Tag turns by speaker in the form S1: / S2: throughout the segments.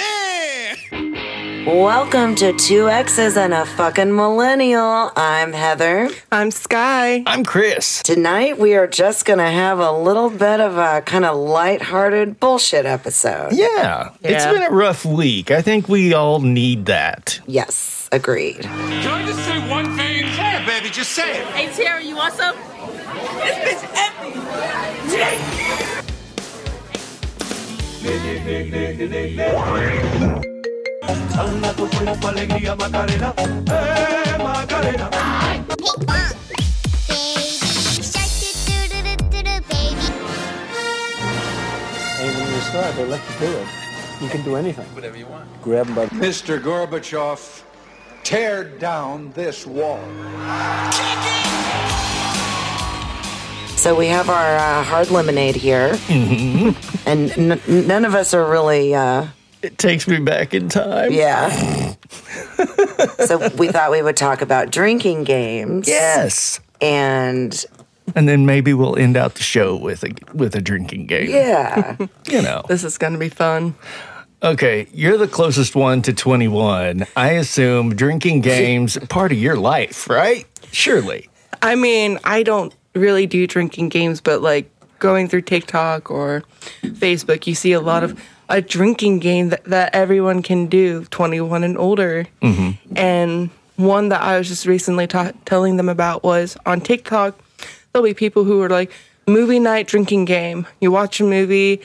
S1: Yeah!
S2: Welcome to Two X's and a Fucking Millennial. I'm Heather.
S3: I'm Sky.
S4: I'm Chris.
S2: Tonight we are just going to have a little bit of a kind of lighthearted bullshit episode.
S4: Yeah, it's
S3: Yeah.
S4: been a rough week. I think we all need that.
S2: Yes, agreed.
S5: Can I just say one thing?
S1: Yeah, baby, just say it.
S6: Hey Terry, you want some? This bitch empty.
S7: Pink bong. Baby. uh, Shark doo doo doo doo doo doo, baby.
S8: And when you're a star, they let you do it. You can do anything. Whatever you want. Grab 'em by the
S9: Mr. Gorbachev, tear down this wall.
S2: So we have our uh, hard lemonade here. And n- n- none of us are really, uh,
S4: It takes me back in time.
S2: yeah. so we thought we would talk about drinking games.
S4: Yes.
S2: And
S4: And then maybe we'll end out the show with a with a drinking game.
S2: yeah.
S4: You know.
S3: This is going to be fun.
S4: Okay, you're the closest one to 21. I assume drinking games part of your life, right? Surely.
S3: I mean, I don't really do drinking games, but like going through TikTok or Facebook, you see a lot of a drinking game that, that everyone can do, 21 and older.
S4: Mm-hmm.
S3: And one that I was just recently ta- telling them about was on TikTok, there'll be people who are like, movie night drinking game. You watch a movie,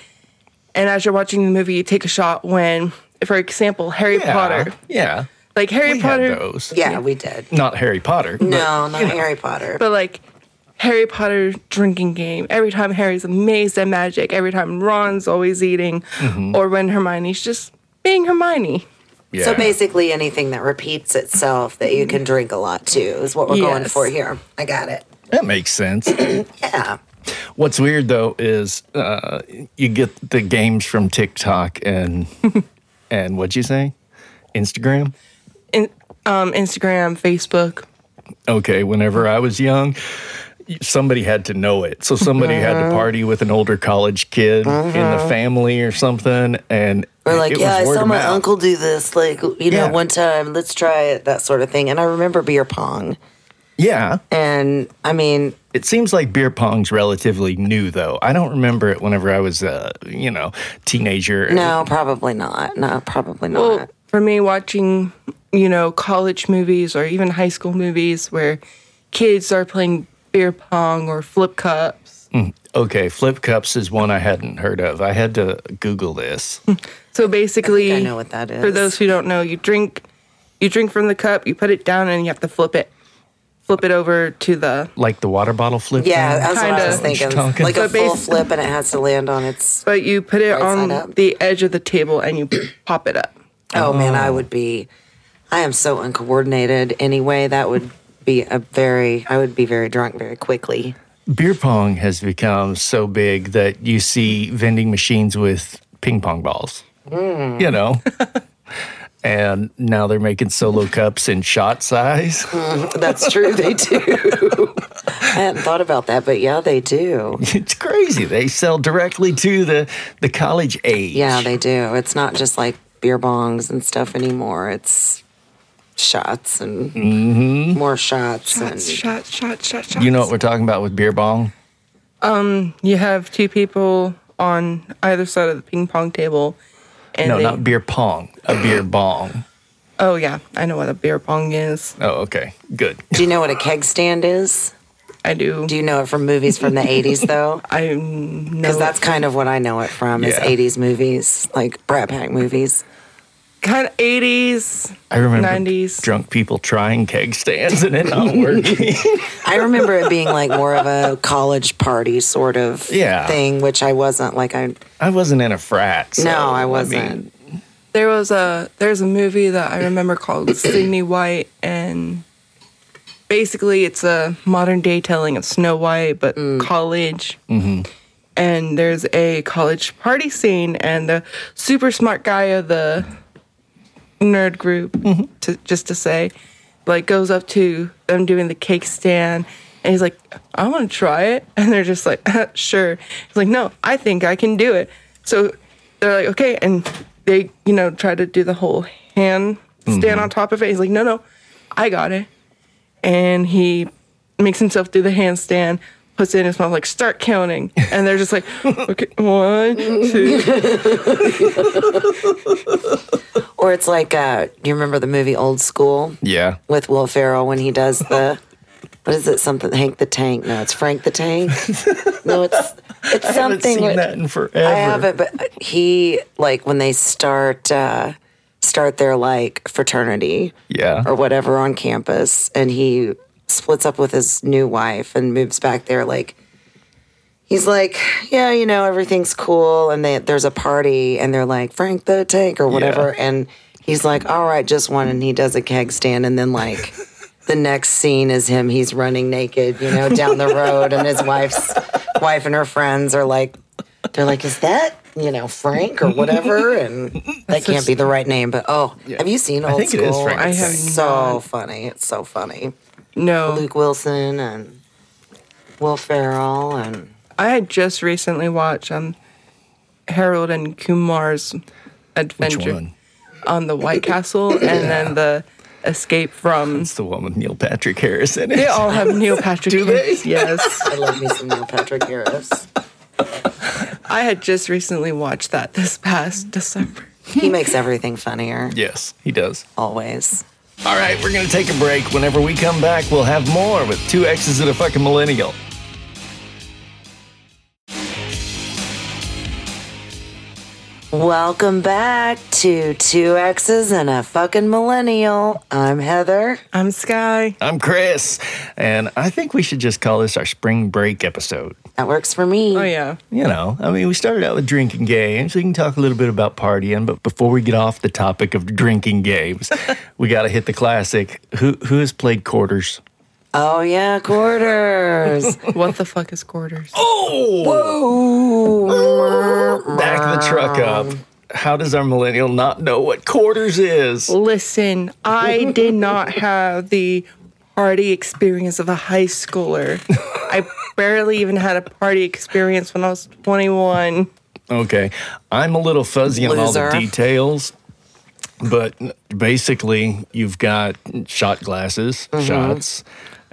S3: and as you're watching the movie, you take a shot when, for example, Harry
S4: Yeah.
S3: Potter.
S4: Yeah.
S3: Like Harry
S4: We had
S3: Potter.
S4: those.
S2: Yeah, we did.
S4: Not Harry Potter. but-
S2: No, not Harry Potter.
S3: but like Harry Potter drinking game. Every time Harry's amazed at magic. Every time Ron's always eating, or when Hermione's just being Hermione.
S4: yeah.
S2: So basically, anything that repeats itself that you can drink a lot to is what we're going
S3: Yes.
S2: for here. I got it.
S4: that makes sense.
S2: Yeah.
S4: What's weird though is uh, you get the games from TikTok and and what'd you say? Instagram?
S3: In, um, Instagram, Facebook.
S4: Okay, whenever I was young, somebody had to know it. So somebody had to
S2: Uh-huh.
S4: party with an older college kid in the family or something and
S2: Or like,
S4: it
S2: yeah, I
S4: was word
S2: saw
S4: of
S2: my
S4: mouth.
S2: uncle do this, like, you know,
S4: Yeah.
S2: one time, let's try it, that sort of thing. And I remember beer pong.
S4: Yeah.
S2: And I mean,
S4: It seems like beer pong's relatively new though. I don't remember it whenever I was a, you know, teenager.
S2: no, probably not. No, probably not.
S3: Well, for me, watching you know college movies or even high school movies where kids are playing beer pong or flip cups.
S4: Okay, flip cups is one I hadn't heard of. I had to Google this.
S3: So basically,
S2: I know what that is.
S3: For those who don't know, you drink you drink from the cup, you put it down, and you have to flip it, flip it over to the
S4: like the water bottle flip.
S2: yeah,
S4: thing?
S2: that's what I
S3: kinda.
S2: was thinking.
S4: What you talking
S2: Like a
S3: about? But
S2: full
S3: basi-
S2: flip and it has to land on its.
S3: But you put it
S2: Right side
S3: on
S2: up.
S3: the edge of the table and you pop it up.
S2: Oh, man, I would be. I am so uncoordinated anyway. That would be a very. I would be very drunk very quickly.
S4: Beer pong has become so big that you see vending machines with ping pong balls.
S2: Hmm.
S4: You know? and now they're making solo cups in shot size.
S2: Hmm. That's true. They do. I hadn't thought about that, but yeah, they do.
S4: it's crazy. They sell directly to the the college age.
S2: Yeah, they do. It's not just like beer bongs and stuff anymore. It's shots and
S4: Mm-hmm.
S2: more shots, and
S3: Shot, shot, shot, shot.
S4: you know what we're talking about with beer bong?
S3: You have two people on either side of the ping pong table, and
S4: No,
S3: they,
S4: not beer pong. A beer bong.
S3: oh yeah, I know what a beer pong is.
S4: Oh, okay. Good.
S2: do you know what a keg stand is?
S3: I do.
S2: Do you know it from movies from the eighties though?
S3: I know
S2: Because that's kind of what I know it from is
S4: Yeah.
S2: eighties movies, like Brat Pack movies.
S3: kind of eighties.
S4: I remember
S3: 90s.
S4: drunk people trying keg stands and it not working.
S2: I remember it being like more of a college party sort of
S4: Yeah.
S2: thing, which I wasn't. Like I
S4: I wasn't in a frat. so,
S2: no, I
S4: mean,
S2: wasn't.
S3: There was a there's a movie that I remember called Sydney White, and basically it's a modern day telling of Snow White, but college. And there's a college party scene, and the super smart guy of the nerd group, to, just to say, like goes up to them doing the cake stand, and he's like, "I want to try it," and they're just like, "Sure." He's like, "No, I think I can do it." So they're like, "Okay," and they, you know, try to do the whole hand stand on top of it. He's like, no, no, I got it. And he makes himself do the handstand, puts it in his mouth, like, start counting. And they're just like, okay, one, two.
S2: Or it's like, uh, do you remember the movie Old School
S4: Yeah.
S2: with Will Ferrell when he does the, what is it? Something Hank the Tank? No, it's Frank the Tank. no, it's it's
S4: I haven't
S2: something.
S4: seen
S2: with-
S4: that in forever.
S2: I haven't, but he like when they start uh, start their like fraternity
S4: Yeah.
S2: or whatever on campus, and he splits up with his new wife and moves back there. Like he's like, yeah, you know, everything's cool, and they, there's a party, and they're like Frank the Tank or whatever, and he's like, all right, just one, and he does a keg stand, and then like. The next scene is him. He's running naked, you know, down the road, and his wife's wife and her friends are like they're like, is that you know Frank or whatever? And that can't be the right name. But oh, have you seen Old
S4: think it
S2: School?
S4: is Frank. I
S2: It's
S3: have
S2: so funny. It's so funny.
S3: No.
S2: Luke Wilson and Will Ferrell and
S3: I had just recently watched um, Harold and Kumar's
S4: Which
S3: Adventure.
S4: one?
S3: on the White Castle and then the escape from.
S4: It's the one with Neil Patrick Harris in it.
S3: They all have Neil Patrick.
S4: Do they?
S3: Harris, Yes.
S2: I love me some Neil Patrick Harris.
S3: I had just recently watched that this past December.
S2: He makes everything funnier
S4: Yes, he does.
S2: always.
S4: All right, we're going to take a break. Whenever we come back, we'll have more with two X's and a fucking millennial.
S2: Welcome back to Two X's and a Fucking Millennial. I'm Heather.
S3: I'm Sky.
S4: I'm Chris, and I think we should just call this our spring break episode.
S2: That works for me.
S3: Oh, yeah.
S4: You know, I mean, we started out with drinking games. We can talk a little bit about partying, but before we get off the topic of drinking games, we got to hit the classic. Who who has played quarters?
S2: Oh yeah, quarters.
S3: What the fuck is quarters?
S4: Oh! Back the truck up. How does our millennial not know what quarters is?
S3: Listen, I did not have the party experience of a high schooler. I barely even had a party experience when I was 21.
S4: Okay. I'm a little fuzzy on all the
S2: Loser.
S4: details, but basically, you've got shot glasses,
S2: Mm-hmm.
S4: shots,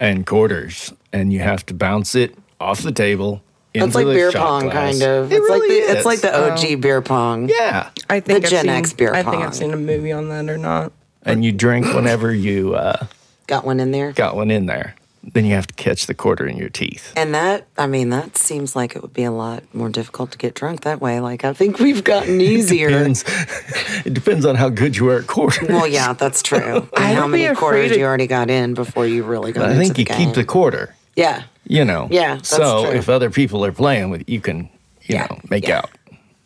S4: and quarters, and you have to bounce it off the table. Into
S2: It's like
S4: the
S2: beer
S4: shot
S2: pong,
S4: glass.
S2: kind of.
S4: It
S2: it's
S4: really
S2: like the,
S4: is. Oh,
S2: it's like the OG beer pong.
S4: yeah,
S3: I think I've
S2: Gen
S3: seen,
S2: X beer
S3: I think
S2: pong.
S3: I've seen a movie on that or not.
S4: and you drink whenever you uh,
S2: Got one in there.
S4: got one in there. Then you have to catch the quarter in your teeth.
S2: And that, I mean, that seems like it would be a lot more difficult to get drunk that way. Like, I think we've gotten easier.
S4: Depends. it depends on how good you are at quarters.
S2: well, yeah, that's true. And how
S3: would be
S2: many
S3: afraid
S2: quarters
S3: to-
S2: you already got in before you really got
S4: I
S2: into
S4: think
S2: the
S4: you
S2: game.
S4: keep the quarter.
S2: yeah.
S4: you know.
S2: Yeah, that's
S4: so
S2: true.
S4: if other people are playing with, you can, you know, make out.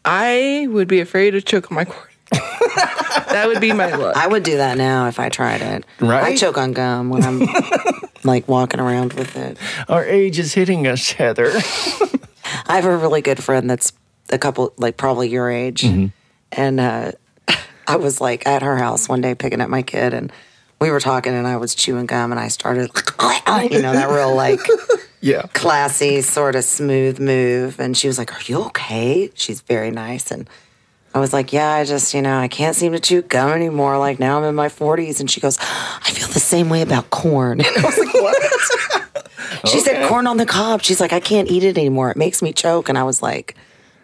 S3: I would be afraid to choke on my cord. that would be my luck.
S2: I would do that now if I tried it. I
S4: Right?
S2: choke on gum when I'm like walking around with it.
S4: Our age is hitting us, Heather.
S2: I have a really good friend that's a couple, like probably your age. And uh, I was like at her house one day picking up my kid, and we were talking, and I was chewing gum, and I started, you know, that real like
S4: yeah.
S2: classy, sort of smooth move. And she was like, Are you okay? She's very nice. And I was like, Yeah, I just, you know, I can't seem to chew gum anymore. Like now I'm in my 40s. And she goes, I feel the same way about corn. And I was like, What? she said, Corn on the cob. She's like, I can't eat it anymore. It makes me choke. And I was like,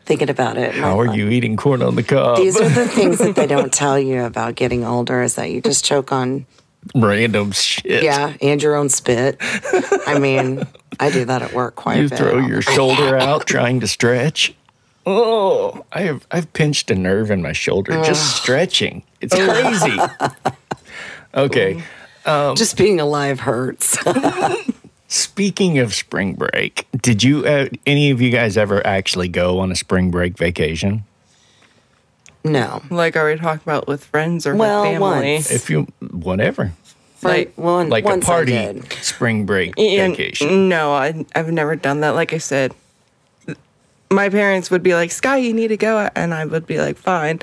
S2: Thinking about it. and I
S4: How are
S2: thought,
S4: you eating corn on the cob?
S2: These are the things that they don't tell you about getting older is that you just choke on,
S4: Random shit.
S2: yeah, and your own spit. I mean, I do that at work quite
S4: You
S2: a bit.
S4: throw your shoulder out trying to stretch. Oh, I have I've pinched a nerve in my shoulder just stretching. It's crazy. okay.
S2: Just being alive hurts.
S4: Speaking of spring break, did you uh, any of you guys ever actually go on a spring break vacation?
S2: No.
S3: Like, are we talking about with friends or with
S2: Well,
S3: family?
S2: once.
S4: If you whatever.
S3: Like,
S2: Well,
S4: Like
S2: once
S4: a
S2: I
S4: party
S2: did.
S4: spring break
S3: and-
S4: vacation.
S2: Mm.
S3: no, I, I've never done that. Like I said, my parents would be like, Sky, you need to go out. And I would be like, fine.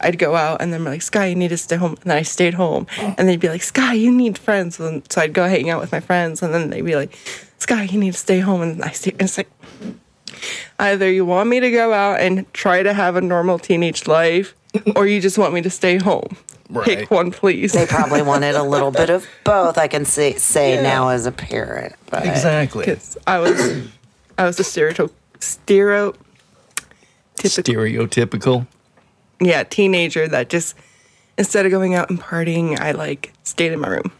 S3: I'd go out and then be like, Sky, you need to stay home. And then I stayed home. And they'd be like, Sky, you need friends. And so I'd go hang out with my friends. And then they'd be like, Sky, you need to stay home. And I stay. And it's like, either you want me to go out and try to have a normal teenage life or you just want me to stay home.
S4: Right.
S3: Pick one, please.
S2: They probably wanted a little bit of both. I can say, say now as a parent, but
S4: Exactly.
S3: 'Cause I was, I was a stereotypical, stereo,
S4: Stereotypical.
S3: yeah, teenager that just instead of going out and partying, I like stayed in my room.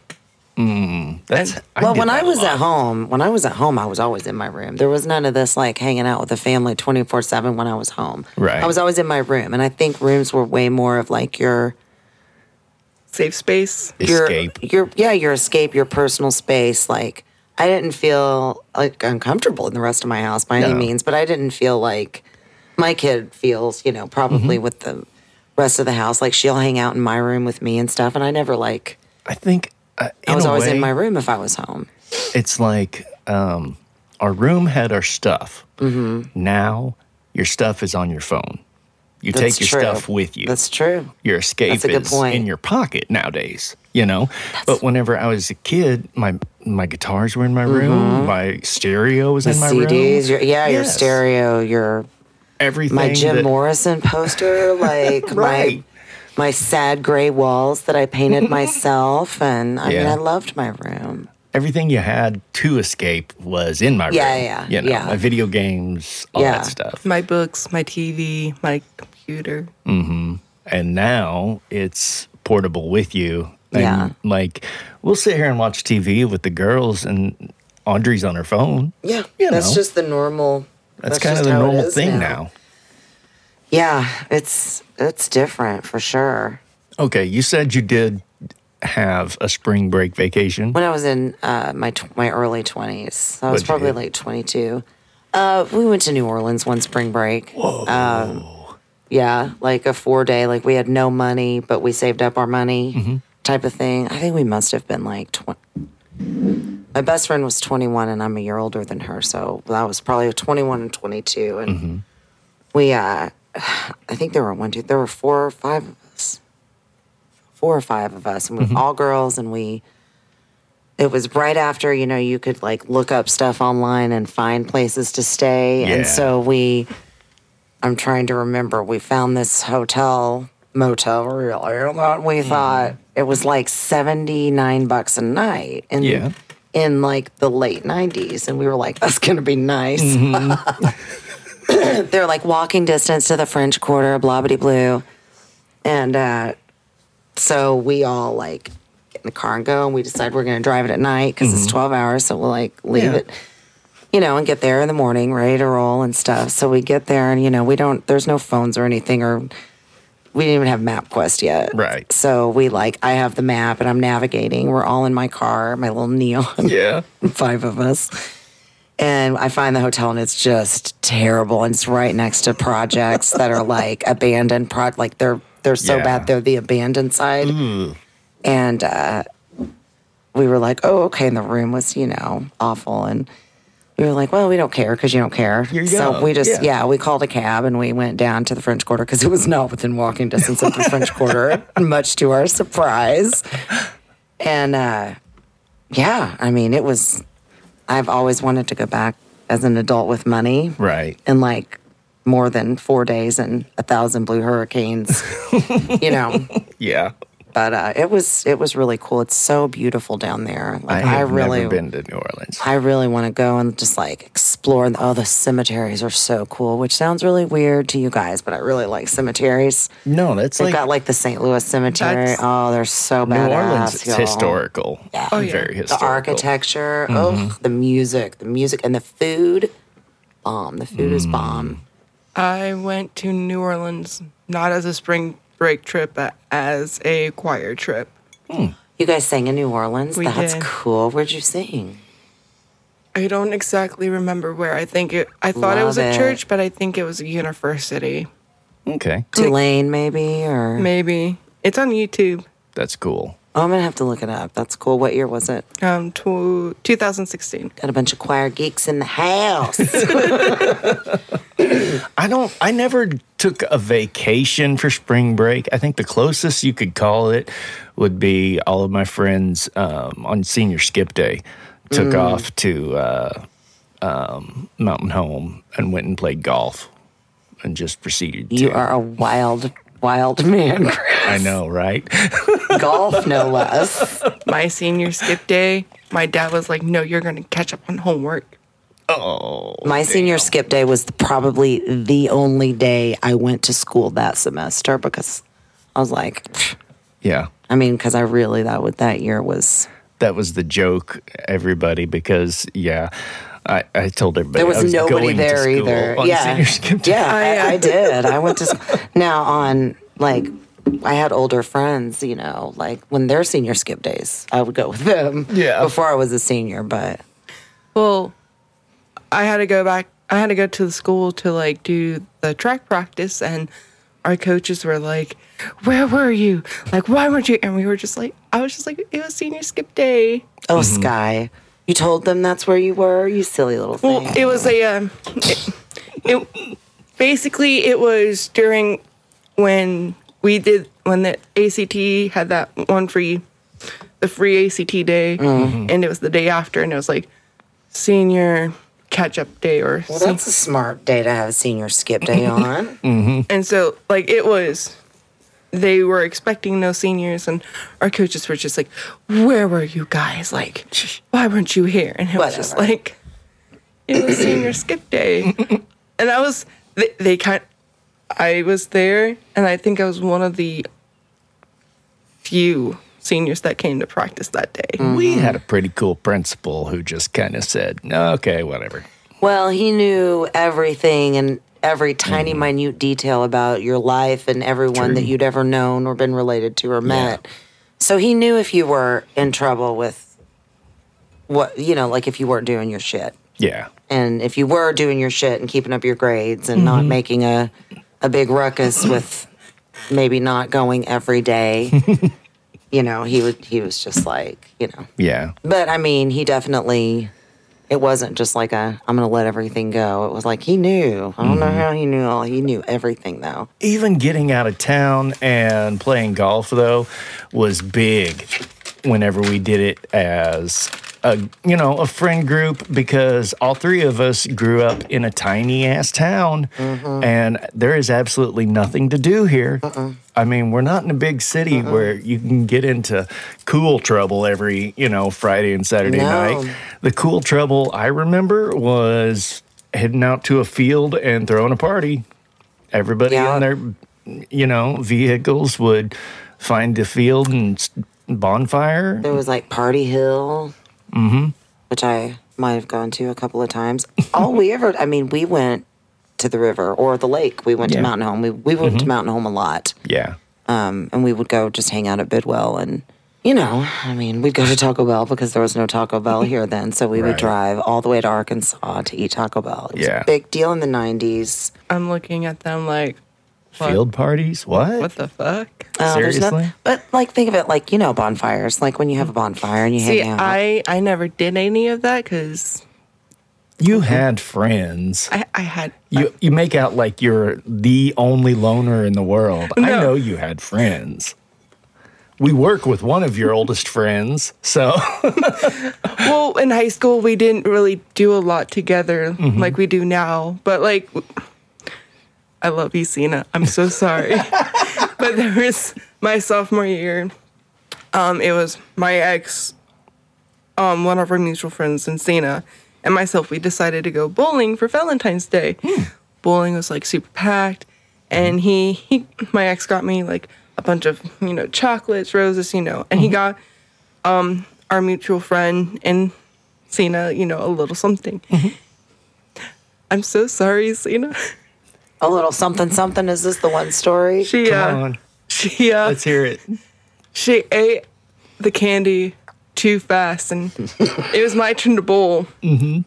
S4: That's
S2: well,
S4: did
S2: when
S4: that
S2: I
S4: a
S2: was
S4: lot.
S2: at home, when I was at home, I was always in my room. There was none of this like hanging out with the family 24 7 when I was home.
S4: Right.
S2: I was always in my room. And I think rooms were way more of like your
S3: Safe space.
S4: escape.
S2: Your, your yeah, your escape, your personal space. Like I didn't feel like uncomfortable in the rest of my house by any
S4: No.
S2: means, but I didn't feel like my kid feels, you know, probably
S4: Mm-hmm.
S2: with the rest of the house. Like she'll hang out in my room with me and stuff, and I never like
S4: I think uh, in
S2: I was
S4: a
S2: always
S4: way,
S2: in my room if I was home.
S4: it's like um, our room had our stuff.
S2: Mm-hmm.
S4: Now your stuff is on your phone. You
S2: That's
S4: take your
S2: true.
S4: stuff with you.
S2: That's true.
S4: your escape
S2: That's a good
S4: is
S2: point.
S4: in your pocket nowadays you know but whenever i was a kid my my guitars were in my
S2: Mm-hmm.
S4: room my stereo was in my
S2: CDs,
S4: room
S2: your, yeah, your
S4: Yes.
S2: stereo, your
S4: everything
S2: my Jim
S4: that-
S2: Morrison poster, like
S4: Right.
S2: my my sad gray walls that I painted myself, and I mean,
S4: Yeah.
S2: I loved my room.
S4: everything you had to escape was in my
S2: Yeah,
S4: room
S2: yeah,
S4: you know
S2: yeah.
S4: my video games all
S2: Yeah.
S4: that stuff
S3: My books, my TV, my computer.
S4: and now it's portable with you and
S2: Yeah.
S4: like we'll sit here and watch tv with the girls and audrey's on her phone
S2: Yeah,
S4: You
S2: that's
S4: know.
S2: just the normal.
S4: that's, kind of
S2: just
S4: the
S2: how it
S4: normal
S2: is
S4: thing now
S2: Yeah, it's it's different for sure.
S4: okay you said you did have a spring break vacation
S2: When I was in uh, my tw- my early twenties, so I
S4: What'd
S2: was
S4: you
S2: probably
S4: do?
S2: like twenty two. Uh, we went to New Orleans one spring break. Whoa. Um, yeah, like a four day. Like we had no money, but we saved up our money,
S4: Mm-hmm.
S2: type of thing. I think we must have been like twenty. My best friend was twenty one, and I'm a year older than her, so that was probably twenty one and twenty two.
S4: Mm-hmm.
S2: And we, uh, I think there were one, two, there were four or five of us, four or five of us, and we were all girls, and we it was right after you know you could like look up stuff online and find places to stay
S4: Yeah.
S2: and so we i'm trying to remember we found this hotel motel really that we thought it was like 79 bucks a night and
S4: Yeah.
S2: in like the late 90s and we were like that's gonna be nice they're like walking distance to the french quarter blah blah blue and uh so we all like get in the car and go, and we decide we're going to drive it at night because it's 12 hours. So we'll like leave
S4: Mm-hmm. Yeah.
S2: it, you know, and get there in the morning, ready to roll and stuff. So we get there, and, you know, we don't, there's no phones or anything, or we didn't even have MapQuest yet.
S4: Right.
S2: So we like, I have the map and I'm navigating. We're all in my car, my little neon,
S4: yeah
S2: five of us. And I find the hotel and it's just terrible. And it's right next to projects that are like abandoned pro like they're they're so
S4: Yeah.
S2: bad they're the abandoned side. And uh we were like, oh, okay. And the room was, you know, awful. And we were like, well, we don't care because you don't care.
S4: you
S2: so
S4: go.
S2: we just,
S4: Yeah.
S2: yeah. we called a cab and we went down to the French Quarter because it was not within walking distance of the French Quarter, much to our surprise. And uh, yeah, I mean, it was, I've always wanted to go back as an adult with money
S4: right
S2: in like more than four days and a thousand blue hurricanes, you know
S4: yeah
S2: but uh, it was it was really cool. It's so beautiful down there.
S4: I
S2: Like I,
S4: have
S2: really
S4: never been to New Orleans.
S2: I really want to go and just like explore. And, oh, the cemeteries are so cool, which sounds really weird to you guys, but I really like cemeteries.
S4: No, that's
S2: They've
S4: like
S2: got like the St. Louis Cemetery.
S3: That's-
S2: Oh, they're so
S4: New
S2: badass.
S4: Orleans. It's
S2: y'all.
S4: historical. Yeah.
S2: Oh,
S3: yeah.
S4: Very
S2: The
S4: historical.
S2: architecture, oh, the music, the music, and the food. Bomb. The food is bomb.
S3: I went to New Orleans not as a spring break trip, but as a choir trip.
S2: You guys sang in New Orleans.
S3: We
S2: That's
S3: did.
S2: cool. Where'd you sing?
S3: I don't exactly remember where. I think it. I thought it was
S2: Love
S3: a
S2: it.
S3: church, but I think it was a university.
S4: Okay.
S2: Tulane, maybe, or
S3: Maybe it's on YouTube.
S4: That's cool.
S2: oh, I'm gonna have to look it up. That's cool. What year was it?
S3: Um, tw 2016.
S2: Got a bunch of choir geeks in the house.
S4: I don't I never took a vacation for spring break. I think the closest you could call it would be all of my friends um, on senior skip day took
S2: Mm.
S4: off to uh, um, Mountain Home and went and played golf and just proceeded
S2: you
S4: to
S2: are a wild, Wild man
S4: I know, right?
S2: golf, no less.
S3: My senior skip day, my dad was like, "No, you're gonna catch up on homework."
S2: My senior skip day was probably the only day I went to school that semester because I was like, pfft.
S4: yeah.
S2: I mean, because I really that would that year was
S4: That was the joke, everybody, because yeah, I, I told everybody
S2: there
S4: I
S2: was, nobody
S4: going to
S2: there
S4: school
S2: either.
S4: on
S2: yeah,
S4: senior skip day.
S2: yeah, I, I did. I went to school. now on like I had older friends, you know, like when their senior skip days, I would go with them.
S4: Yeah.
S2: before I was a senior, but
S3: Well, I had to go back. I had to go to the school to like do the track practice, and our coaches were like, "Where were you? Like, why weren't you?" And we were just like, "I was just like, it was senior skip day."
S2: oh,
S4: Mm-hmm.
S2: Sky, you told them that's where you were. You silly little thing.
S3: Well, it was a um, it, it- basically it was during when we did when the ACT had that one free the free ACT day, and it was the day after, and it was like senior catch up day or
S2: Well,
S3: some-
S2: that's a smart day to have senior skip day on.
S3: and so like it was they were expecting no seniors and our coaches were just like where were you guys like why weren't you here and it was just
S2: Whatever.
S3: like it was senior skip day and i was they, they kind i was there and i think i was one of the few seniors that came to practice that day
S2: Mm.
S4: We had a pretty cool principal who just kind of said, okay, whatever.
S2: Well, he knew everything and every tiny minute detail about your life and everyone that you'd ever known or been related to or met. So he knew if you were in trouble with what, you know, like if you weren't doing your shit.
S4: Yeah.
S2: And if you were doing your shit and keeping up your grades and not making a, a big ruckus with maybe not going every day, you know, he would, he was just like, you know,
S4: Yeah.
S2: but I mean, he definitely. It wasn't just like a I'm gonna let everything go. It was like he knew. I don't know
S4: Mm-hmm.
S2: how he knew all. He knew everything though.
S4: even getting out of town and playing golf though was big whenever we did it as a you know a friend group because all three of us grew up in a tiny ass town and there is absolutely nothing to do here i mean we're not in a big city where you can get into cool trouble every you know friday and saturday
S2: No.
S4: night the cool trouble i remember was heading out to a field and throwing a party everybody
S2: Yeah.
S4: on their you know vehicles would find the field and s- bonfire
S2: There was like Party Hill, mm-hmm. which I might have gone to a couple of times. all we ever, I mean, we went to the river or the lake. We went to
S4: Yeah. Mm-hmm.
S2: Mountain Home. We we went to Mountain Home a lot,
S4: yeah
S2: um, and we would go just hang out at Bidwell and. You know, I mean, we'd go to Taco Bell because there was no Taco Bell here then. So we would
S4: Right.
S2: drive all the way to Arkansas to eat Taco Bell. It was
S4: Yeah.
S2: a big deal in the 90s.
S3: i'm looking at them like what,
S4: field parties what,
S3: what the fuck
S2: Oh, there's no-
S4: seriously
S2: but like, think of it like you know bonfires. Like when you have a bonfire and you
S3: See,
S2: hang out.
S3: I I never did any of that because
S4: you had friends
S3: I, I had
S4: you you make out like you're the only loner in the world i
S3: No.
S4: know you had friends we work with one of your oldest friends so
S3: well in high school we didn't really do a lot together like we do now but like w- i love you Cena. i'm so sorry but there was my sophomore year um it was my ex um one of our mutual friends in Cena and myself we decided to go bowling for valentine's day bowling was like super packed and he, he my ex got me like a bunch of you know chocolates roses you know and he got our mutual friend and Cena, you know, a little something.
S4: Mm-hmm.
S3: I'm so sorry, Cena.
S2: a little something something. Is this the one story?
S3: She
S4: come
S3: uh,
S4: on
S3: she uh,
S4: let's hear it
S3: she ate the candy too fast, and it was my turn to bowl. Mm-hmm.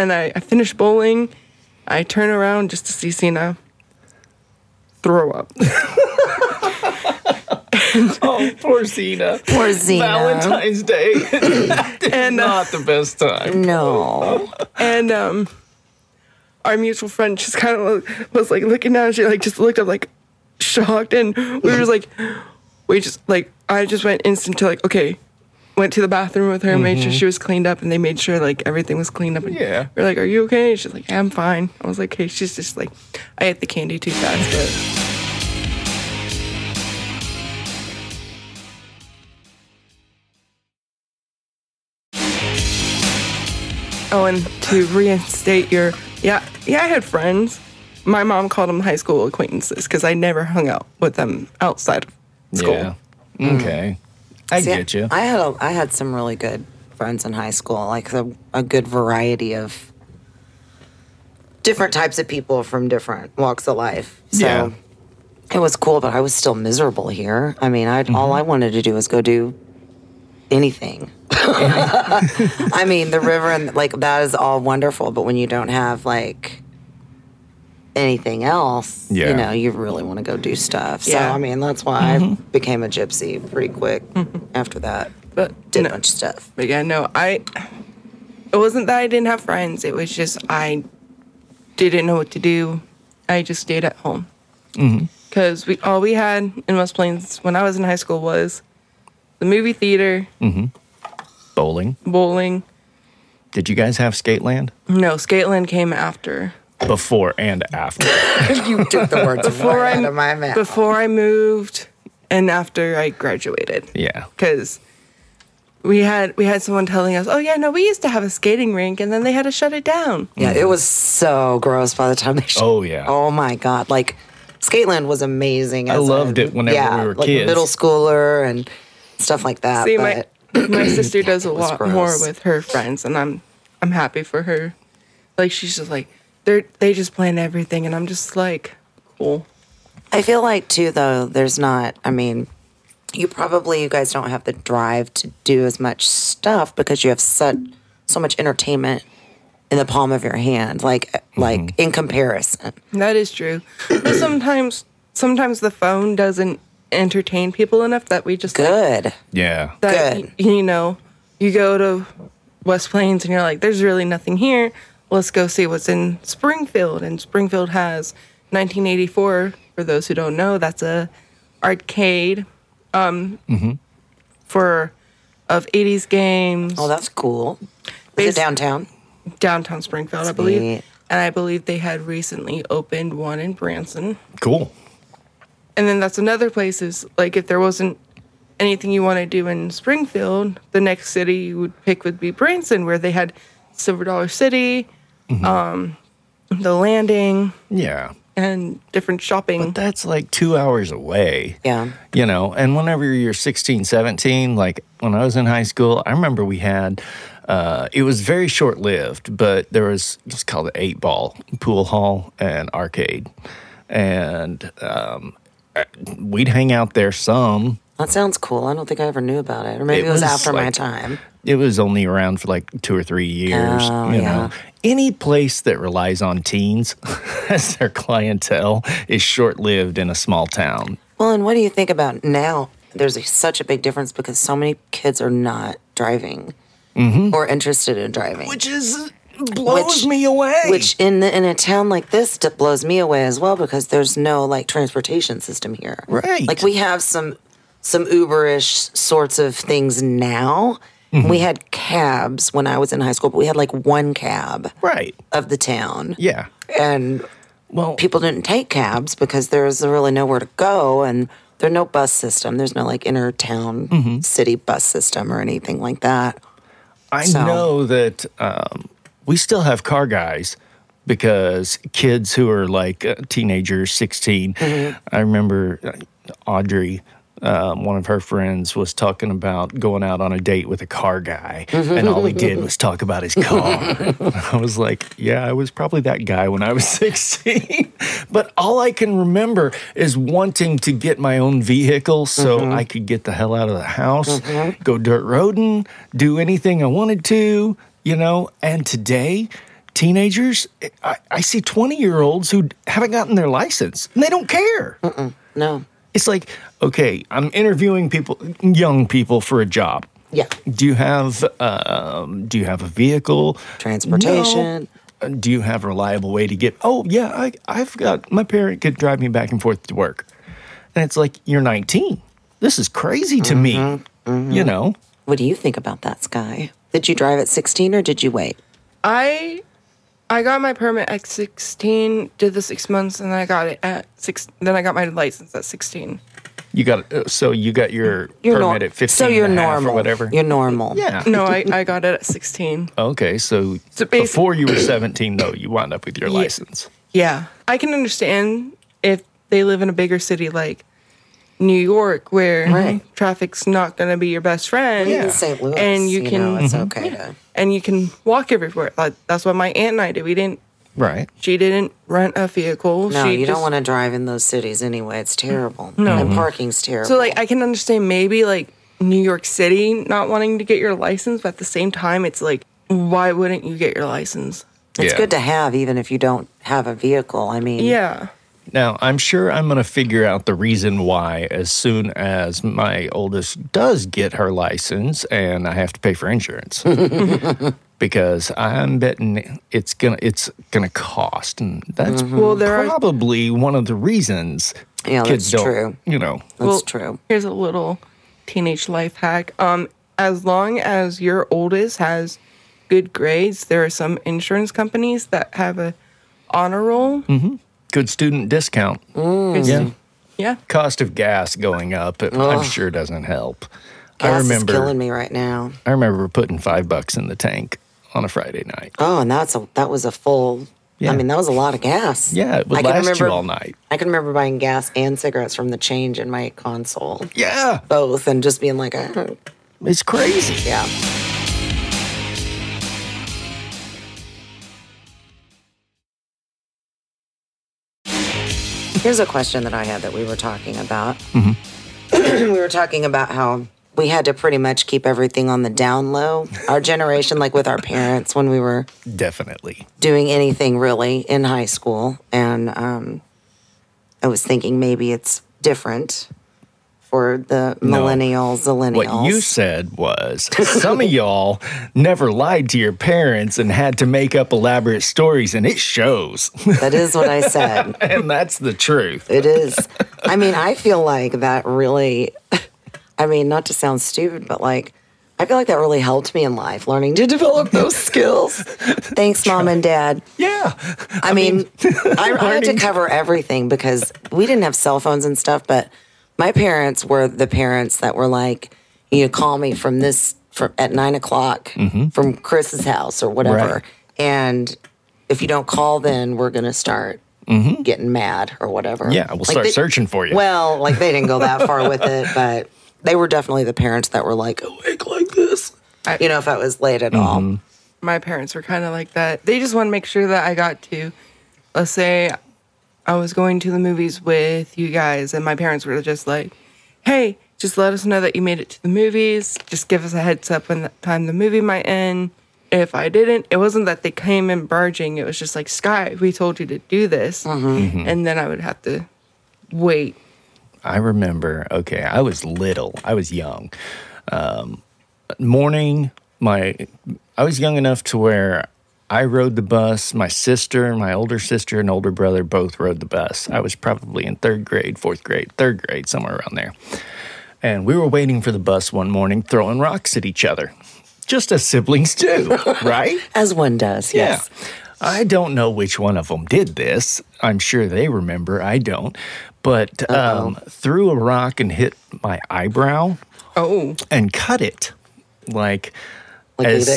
S3: And I, I finished bowling. I turn around just to see Cena throw up.
S4: oh poor Zena.
S2: Poor Zena.
S4: valentine's day
S3: and uh,
S4: not the best time
S2: No,
S3: and um our mutual friend just kind of was like looking down she like just looked up like shocked and we were just like we just like i just went instant to like okay went to the bathroom with her made sure she was cleaned up and they made sure like everything was cleaned up and
S4: Yeah.
S3: we're like are you okay she's like yeah, i'm fine i was like hey she's just like i ate the candy too fast but Oh, and to reinstate your yeah yeah, I had friends. My mom called them high school acquaintances because I never hung out with them outside of school.
S4: Yeah. Okay. I
S2: See,
S4: get you.
S2: I had a, I had some really good friends in high school, like a, a good variety of different types of people from different walks of life. So
S4: Yeah.
S2: it was cool, but I was still miserable here. I mean, I
S4: Mm-hmm.
S2: all I wanted to do was go do anything. I mean, the river and like that is all wonderful, but when you don't have like anything else,
S4: Yeah.
S2: you know, Oh, you really want to go do stuff.
S3: Yeah.
S2: So I mean, that's why I became a gypsy pretty quick after that.
S3: But
S2: Did
S3: no,
S2: a bunch of stuff.
S3: but yeah, no, I. It wasn't that I didn't have friends. It was just I didn't know what to do. I just stayed at home
S2: Mm-hmm.
S3: because we all we had in West Plains when I was in high school was the movie theater,
S2: Mm.
S4: Bowling.
S3: bowling.
S4: Did you guys have Skateland?
S3: No, Skateland came after.
S4: Before and after.
S2: you took the words
S3: Before
S2: right
S3: I-
S2: out of my mouth.
S3: before I moved and after I graduated.
S4: yeah.
S3: Because we had we had someone telling us, oh yeah, no, we used to have a skating rink, and then they had to shut it down.
S2: yeah, it was so gross by the time they. Showed.
S4: Oh, yeah.
S2: Oh my god! Like, Skateland was amazing.
S4: I
S2: as
S4: loved it whenever
S2: yeah,
S4: we were
S2: like
S4: kids.
S2: middle schooler and stuff like that.
S3: See,
S2: but
S3: my my sister does a
S2: was
S3: lot more
S2: gross.
S3: with her friends, and I'm I'm happy for her. Like she's just like they they just plan everything, and I'm just like cool.
S2: I feel like too though there's not I mean you probably you guys don't have the drive to do as much stuff because you have such so much entertainment in the palm of your hand like uh,
S4: Mm-hmm.
S2: like in comparison.
S3: That is true. But sometimes sometimes the phone doesn't entertain people enough that we just like,
S2: Good.
S4: Yeah.
S3: that
S2: Good.
S3: y- you know you go to west plains and you're like there's really nothing here let's go see what's in springfield and springfield has 1984 for those who don't know that's a arcade um for of 80s games
S2: Oh, that's cool. Is
S3: Bas-
S2: it downtown?
S3: downtown springfield i believe
S2: Sweet.
S3: and i believe they had recently opened one in branson
S4: Cool.
S3: and then that's another place is like if there wasn't anything you want to do in Springfield, the next city you would pick would be Branson, where they had Silver Dollar City,
S4: Mm-hmm.
S3: um, the Landing,
S4: Yeah.
S3: and different shopping.
S4: But that's like two hours away.
S2: Yeah.
S4: You know, and whenever you're 16, 17, like when I was in high school, I remember we had, uh, it was very short lived, but there was just called the eight ball pool hall and arcade. And um, uh, we'd hang out there some.
S2: That sounds cool. I don't think I ever knew about it. Or maybe it,
S4: It
S2: was,
S4: was
S2: after my
S4: like-
S2: time.
S4: It was only around for like two or three years.
S2: Oh,
S4: you
S2: yeah.
S4: know, any place that relies on teens as their clientele is short lived in a small town.
S2: Well, and what do you think about now? There's a, such a big difference because so many kids are not driving
S4: Mm-hmm.
S2: or interested in driving.
S4: which is blows
S2: Which-
S4: me away.
S2: Which in the, in a town like this that blows me away as well because there's no like transportation system here.
S4: Right.
S2: Like we have some some Uberish sorts of things now.
S4: Mm-hmm.
S2: We had cabs when I was in high school, but we had like one cab
S4: right?
S2: of the town.
S4: Yeah.
S2: And
S4: Well,
S2: people didn't take cabs because there's really nowhere to go and there's no bus system. There's no like inner town
S4: Mm-hmm.
S2: city bus system or anything like that.
S4: I
S2: so-
S4: know that um, we still have car guys because kids who are like uh, teenagers, 16. I remember uh, Audrey. Um, one of her friends was talking about going out on a date with a car guy, and all he did was talk about his car. I was like, Yeah, I was probably that guy when I was 16. but all I can remember is wanting to get my own vehicle so I could get the hell out of the house, go dirt roading, do anything I wanted to, you know. And today, teenagers, I, I see 20 year olds who haven't gotten their license and they don't care.
S2: No.
S4: It's like, okay, I'm interviewing people, young people for a job.
S2: Yeah.
S4: Do you have um, do you have a vehicle?
S2: Transportation.
S4: No. Uh, Do you have a reliable way to get? Oh yeah, I I've got my parent could drive me back and forth to work, and it's like you're 19. This is crazy to me.
S2: Mm-hmm.
S4: You know,
S2: What do you think about that, Sky? Did you drive at 16 or did you wait?
S3: I I got my permit at 16, did the six months, and then I got it at six. Then I got my license at 16.
S4: You got uh, so you got your,
S2: You're
S4: permit
S2: nor-
S4: at 15
S2: so you're
S4: and a half
S2: normal.
S4: or whatever.
S2: You're normal.
S4: yeah.
S3: No, I, I got it at 16.
S4: Okay, so,
S3: So basi-
S4: before you were 17 though, you wound up with your license.
S3: Yeah. I can understand if they live in a bigger city like New York where
S2: Mm-hmm. Right.
S3: traffic's not going to be your best friend.
S2: In St. Louis,
S3: And you
S2: know,
S3: can- Mm-hmm.
S2: it's okay to.
S3: And you can walk everywhere. Like, that's what my aunt and I did. We didn't
S4: Right.
S3: she didn't rent a vehicle.
S2: No,
S3: she
S2: you don't
S3: just- Mm-hmm.
S2: want to drive in those cities anyway. It's terrible. No. And parking's terrible.
S3: So like I can understand maybe like New York City not wanting to get your license, but at the same time it's like why wouldn't you get your license?
S2: it's
S4: Yeah.
S2: good to have even if you don't have a vehicle. I mean,
S3: Yeah.
S4: Now, I'm sure I'm going to figure out the reason why as soon as my oldest does get her license and I have to pay for insurance. because I'm betting it's going to it's going to cost and that's
S2: Mm-hmm.
S3: Well, there are-
S4: probably one of the reasons
S2: Yeah,
S4: kids
S2: that's
S4: don't,
S2: true.
S4: you know.
S2: that's
S3: Well,
S2: true.
S3: Here's a little teenage life hack. Um, as long as your oldest has good grades, there are some insurance companies that have a honor roll.
S2: Mm.
S4: Good student discount. Yeah.
S3: Yeah.
S4: Cost of gas going up, it- I'm sure doesn't help. I
S2: Gas
S4: remember
S2: is killing me right now.
S4: I remember putting 5 bucks in the tank on a Friday night.
S2: Oh, and that's a that was a full.
S4: Yeah.
S2: I mean, that was a lot of gas.
S4: Yeah, it would
S2: I can
S4: last
S2: remember,
S4: you all night.
S2: I can remember buying gas and cigarettes from the change in my console,
S4: Yeah,
S2: both, and just being like, I don't-
S4: it's crazy.
S2: yeah. Here's a question that I had that we were talking about.
S4: Mm-hmm.
S2: we were talking about how we had to pretty much keep everything on the down low. Our generation, like with our parents when we were
S4: Definitely.
S2: doing anything really in high school. And um, I was thinking maybe it's different for the millennials, zillennials.
S4: What you said was some of y'all never lied to your parents and had to make up elaborate stories, and it shows.
S2: that is what I said.
S4: and that's the truth.
S2: It is. I mean, I feel like that really, I mean, not to sound stupid, but like, I feel like that really helped me in life, learning to develop those skills. Thanks, mom and dad.
S4: Yeah.
S2: I mean, I, I had to cover everything because we didn't have cell phones and stuff, but my parents were the parents that were like, you know, call me from this from at nine o'clock from Chris's house or whatever.
S4: Mm-hmm. Right.
S2: And if you don't call, then we're going to start getting mad or whatever.
S4: Mm-hmm. Yeah, we'll start searching for you.
S2: Well, like they didn't go that far with it, but they were definitely the parents that were like awake like this.
S3: I-
S2: You know, if I was late at
S4: Mm-hmm.
S2: all.
S3: My parents were kind of like that. They just want to make sure that I got to, let's say, I was going to the movies with you guys, and my parents were just like, hey, just let us know that you made it to the movies. Just give us a heads up when the time the movie might end. If I didn't, it wasn't that they came in barging. It was just like, Sky, we told you to do this. And then I would have to wait.
S4: I remember, okay, I was little, I was young. Um, morning, my, I was young enough to where I rode the bus. My sister, my older sister, and older brother both rode the bus. I was probably in third grade, fourth grade, third grade, somewhere around there. And we were waiting for the bus one morning, throwing rocks at each other, just as siblings do, right?
S2: As one does, yes.
S4: Yeah. I don't know which one of them did this. I'm sure they remember. I don't. But um, threw a rock and hit my eyebrow
S3: Oh,
S4: and cut it. Like,
S2: Like
S4: as-
S2: it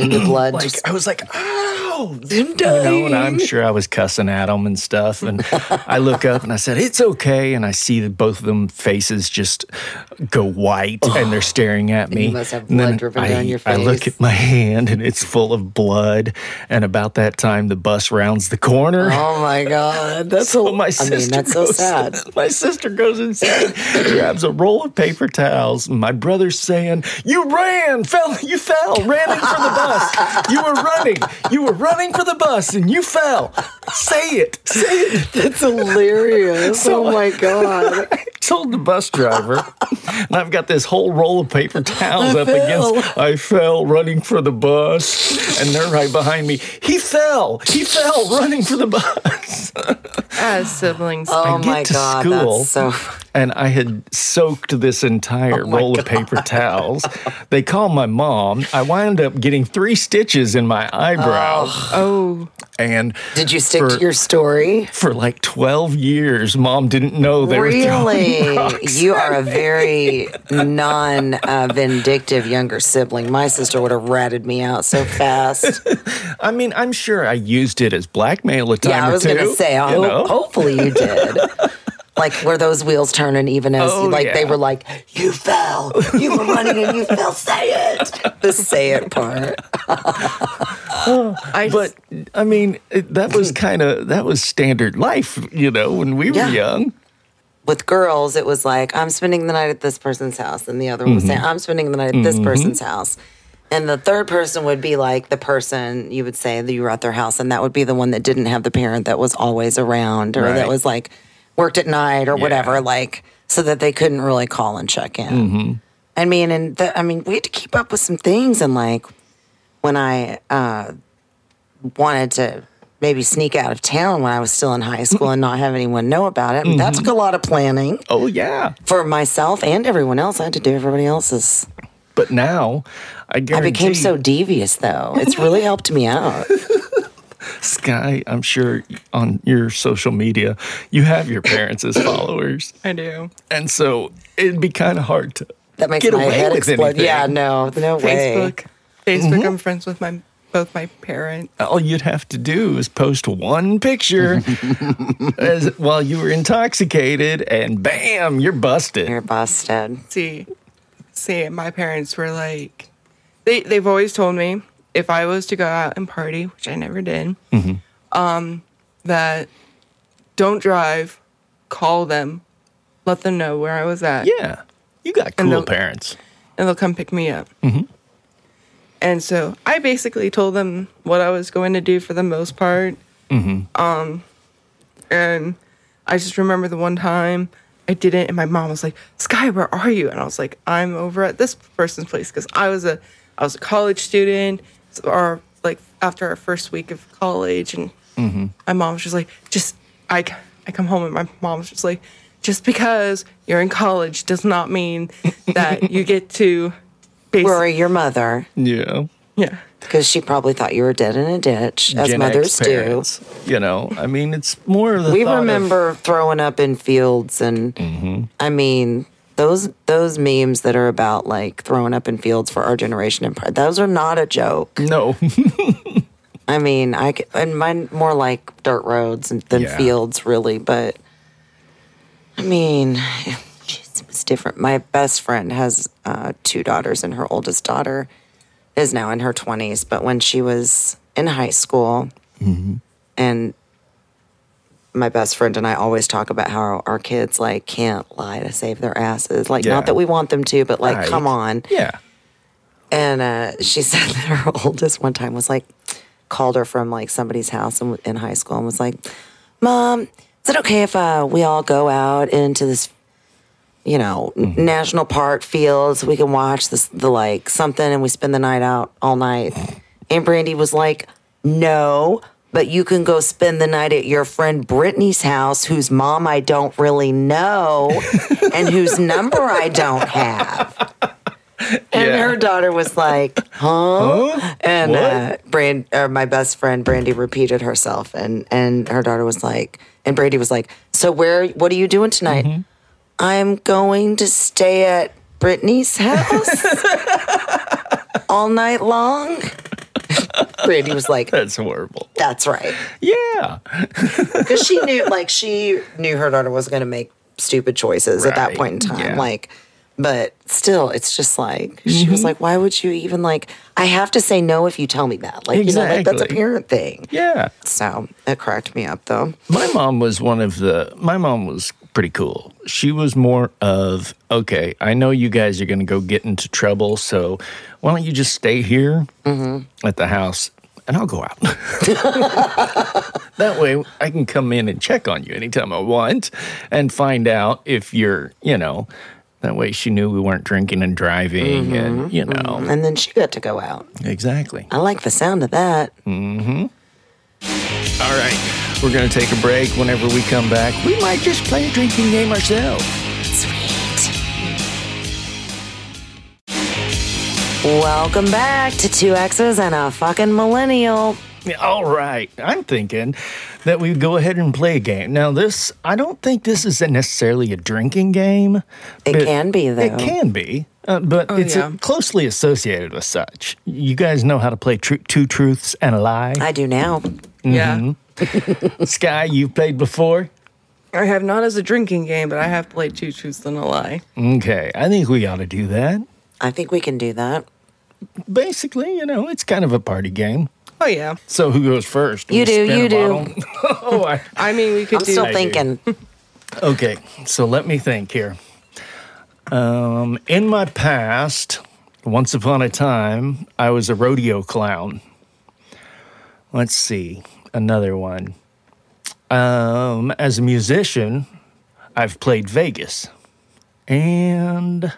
S2: into blood. just-
S4: I was like, oh, them dying. You know, and I'm sure I was cussing at them and stuff. And I look up and I said, it's okay. And I see that both of them faces just go white and they're staring at me.
S2: must have
S4: And then
S2: blood dripping
S4: I,
S2: down your
S4: I look
S2: face.
S4: at my hand and it's full of blood. And about that time, the bus rounds the corner.
S2: Oh my god, that's
S4: So
S2: so.
S4: my
S2: I
S4: sister
S2: mean, that's so
S4: goes,
S2: sad.
S4: My sister goes inside, grabs a roll of paper towels. and My brother's saying, "You ran, fell, you fell, ran in for the bus. You were running, you were running for the bus, and you fell. Say it, say it."
S2: That's hilarious.
S4: So-
S2: oh my god,
S4: I told the bus driver, and I've got this whole roll of paper towels up against. I fell running for the bus, and they're right behind me. He fell, he fell running for the bus.
S3: as siblings.
S2: oh
S4: get
S2: my
S4: to
S2: god,
S4: school.
S2: that's so. Oh
S4: and I had soaked this entire roll of paper towels. They called my mom. I wound up getting three stitches in my eyebrow,
S3: oh,
S4: And
S2: Did you stick
S4: For-
S2: to your story?
S4: for like 12 years, mom didn't know they were throwing
S2: Really?
S4: rocks.
S2: You are a very non uh, vindictive younger sibling. My sister would have ratted me out so fast.
S4: I mean, I'm sure I used it as blackmail at time
S2: yeah, I
S4: or
S2: was
S4: two,
S2: going to say, I
S4: you
S2: hope-
S4: know?
S2: hopefully you did. Like, were those wheels turning even as,
S4: Oh,
S2: like, they
S4: yeah.
S2: were like, you fell, you were running and you fell, say it. The say it part.
S3: I
S4: But
S3: just,
S4: I mean, it- that was kind of that was standard life, you know, when we were
S2: Yeah.
S4: young.
S2: With girls, it was like, I'm spending the night at this person's house. And the other one was saying, I'm spending the night at this person's house. And the third person would be like the person you would say that you were at their house. And that would be the one that didn't have the parent that was always around or that
S4: Right.
S2: was like worked at night or whatever, like so that they couldn't really call and check in. I mean, and the, I mean, we had to keep up with some things. And like when I uh, wanted to maybe sneak out of town when I was still in high school and not have anyone know about it, that took a lot of planning
S4: Oh yeah,
S2: for myself and everyone else. I had to do everybody else's.
S4: but now I
S2: I
S4: guarantee
S2: became so devious though. It's really helped me out.
S4: Sky. I'm sure on your social media you have your parents as followers,
S3: I do.
S4: and so it'd be kind of hard to
S2: That makes
S4: Get
S2: my
S4: away
S2: head
S4: with
S2: explode.
S4: anything.
S2: Yeah, no, no way.
S3: Facebook. Facebook. I'm friends with my both my parents.
S4: all you'd have to do is post one picture as, while you were intoxicated, and bam, you're busted.
S2: You're busted.
S3: See, see, my parents were like, they they've always told me if I was to go out and party, which I never did, um, that don't drive, call them, let them know where I was at,
S4: yeah, you got
S3: And
S4: cool
S3: the-
S4: parents.
S3: and they'll come pick me up. And so I basically told them what I was going to do for the most part. Um, and I just remember the one time I didn't, and my mom was like, "Sky, where are you?" And I was like, "I'm over at this person's place because I was a I was a college student, so or like after our first week of college." And my mom was just like, "Just I c- I come home and my mom was just like." Just because you're in college does not mean that you get to basically
S2: Rory, your mother,
S4: Yeah.
S3: yeah.
S2: because she probably thought you were dead in a ditch, as
S4: Gen X
S2: mothers do.
S4: parents, You know, I mean, it's more of the
S2: We
S4: thought of- Mm-hmm.
S2: remember throwing up in fields, and I mean those those memes that are about like throwing up in fields for our generation and pride. Those are not a joke.
S4: no,
S2: I mean, I c- and mine more like dirt roads and, than
S4: Yeah.
S2: fields, really. But I mean, geez, it's different. My best friend has uh, two daughters, and her oldest daughter is now in her twenties. But when she was in high school,
S4: Mm-hmm.
S2: and my best friend and I always talk about how our kids like can't lie to save their asses. Like,
S4: Yeah.
S2: not that we want them to, but like,
S4: Right.
S2: come on.
S4: yeah,
S2: And uh, she said that her oldest one time was like, called her from like somebody's house in, in high school and was like, Mom, is it okay if uh, we all go out into this, you know, n- national park field so we can watch this, the like something and we spend the night out all night? And Brandy was like, No, but you can go spend the night at your friend Brittany's house, whose mom I don't really know and whose number I don't have. And
S4: Yeah.
S2: her daughter was like, huh? And uh, Brand, or my best friend Brandy repeated herself, and and her daughter was like, and Brandy was like, so where? What are you doing tonight? I'm going to stay at Brittany's house all night long. Brandy was like,
S4: that's horrible.
S2: that's right,
S4: Yeah,
S2: because she knew, like, she knew her daughter was going to make stupid choices at that
S4: Right,
S2: point in time,
S4: yeah.
S2: like. But still, it's just like she
S4: Mm-hmm.
S2: was like, "Why would you even like? I have to say no if you tell me that. Like, you know, like that's a
S4: Exactly.
S2: parent thing."
S4: yeah.
S2: So it cracked me up though.
S4: My mom was one of the. My mom was pretty cool. She was more of okay. I know you guys are going to go get into trouble, so why don't you just stay here at the house, and I'll go out. that way, I can come in and check on you anytime I want, and find out if you're, you know. That way, she knew we weren't drinking and driving, and you know
S2: And then she got to go out.
S4: exactly.
S2: I like the sound of that.
S4: Mm. All right, we're going to take a break. Whenever we come back, we might just play a drinking game ourselves.
S2: Welcome back to Two X's and a fucking Millennial.
S4: All right. I'm thinking that we go ahead and play a game. Now, this, I don't think this is necessarily a drinking game.
S2: It
S4: but-
S2: can be, though.
S4: It can be, uh, but it's uh
S3: yeah.
S4: closely associated with such. You guys know how to play tru- two truths and a lie.
S2: I do now.
S3: Yeah.
S4: Sky, you've played before?
S3: I have not as a drinking game, but I have played Two Truths and a Lie.
S4: Okay. I think we ought to do that.
S2: I think we can do that.
S4: Basically, you know, it's kind of a party game.
S3: Oh, yeah.
S4: So who goes first?
S2: You
S4: We
S2: do,
S4: spin a
S2: you do.
S4: bottle? oh, I,
S3: I mean, we could
S2: I'm
S3: do.
S2: still
S4: do.
S2: thinking.
S4: Okay, so let me think here. Um, in my past, once upon a time, I was a rodeo clown. Let's see, another one. Um, as a musician, I've played Vegas. And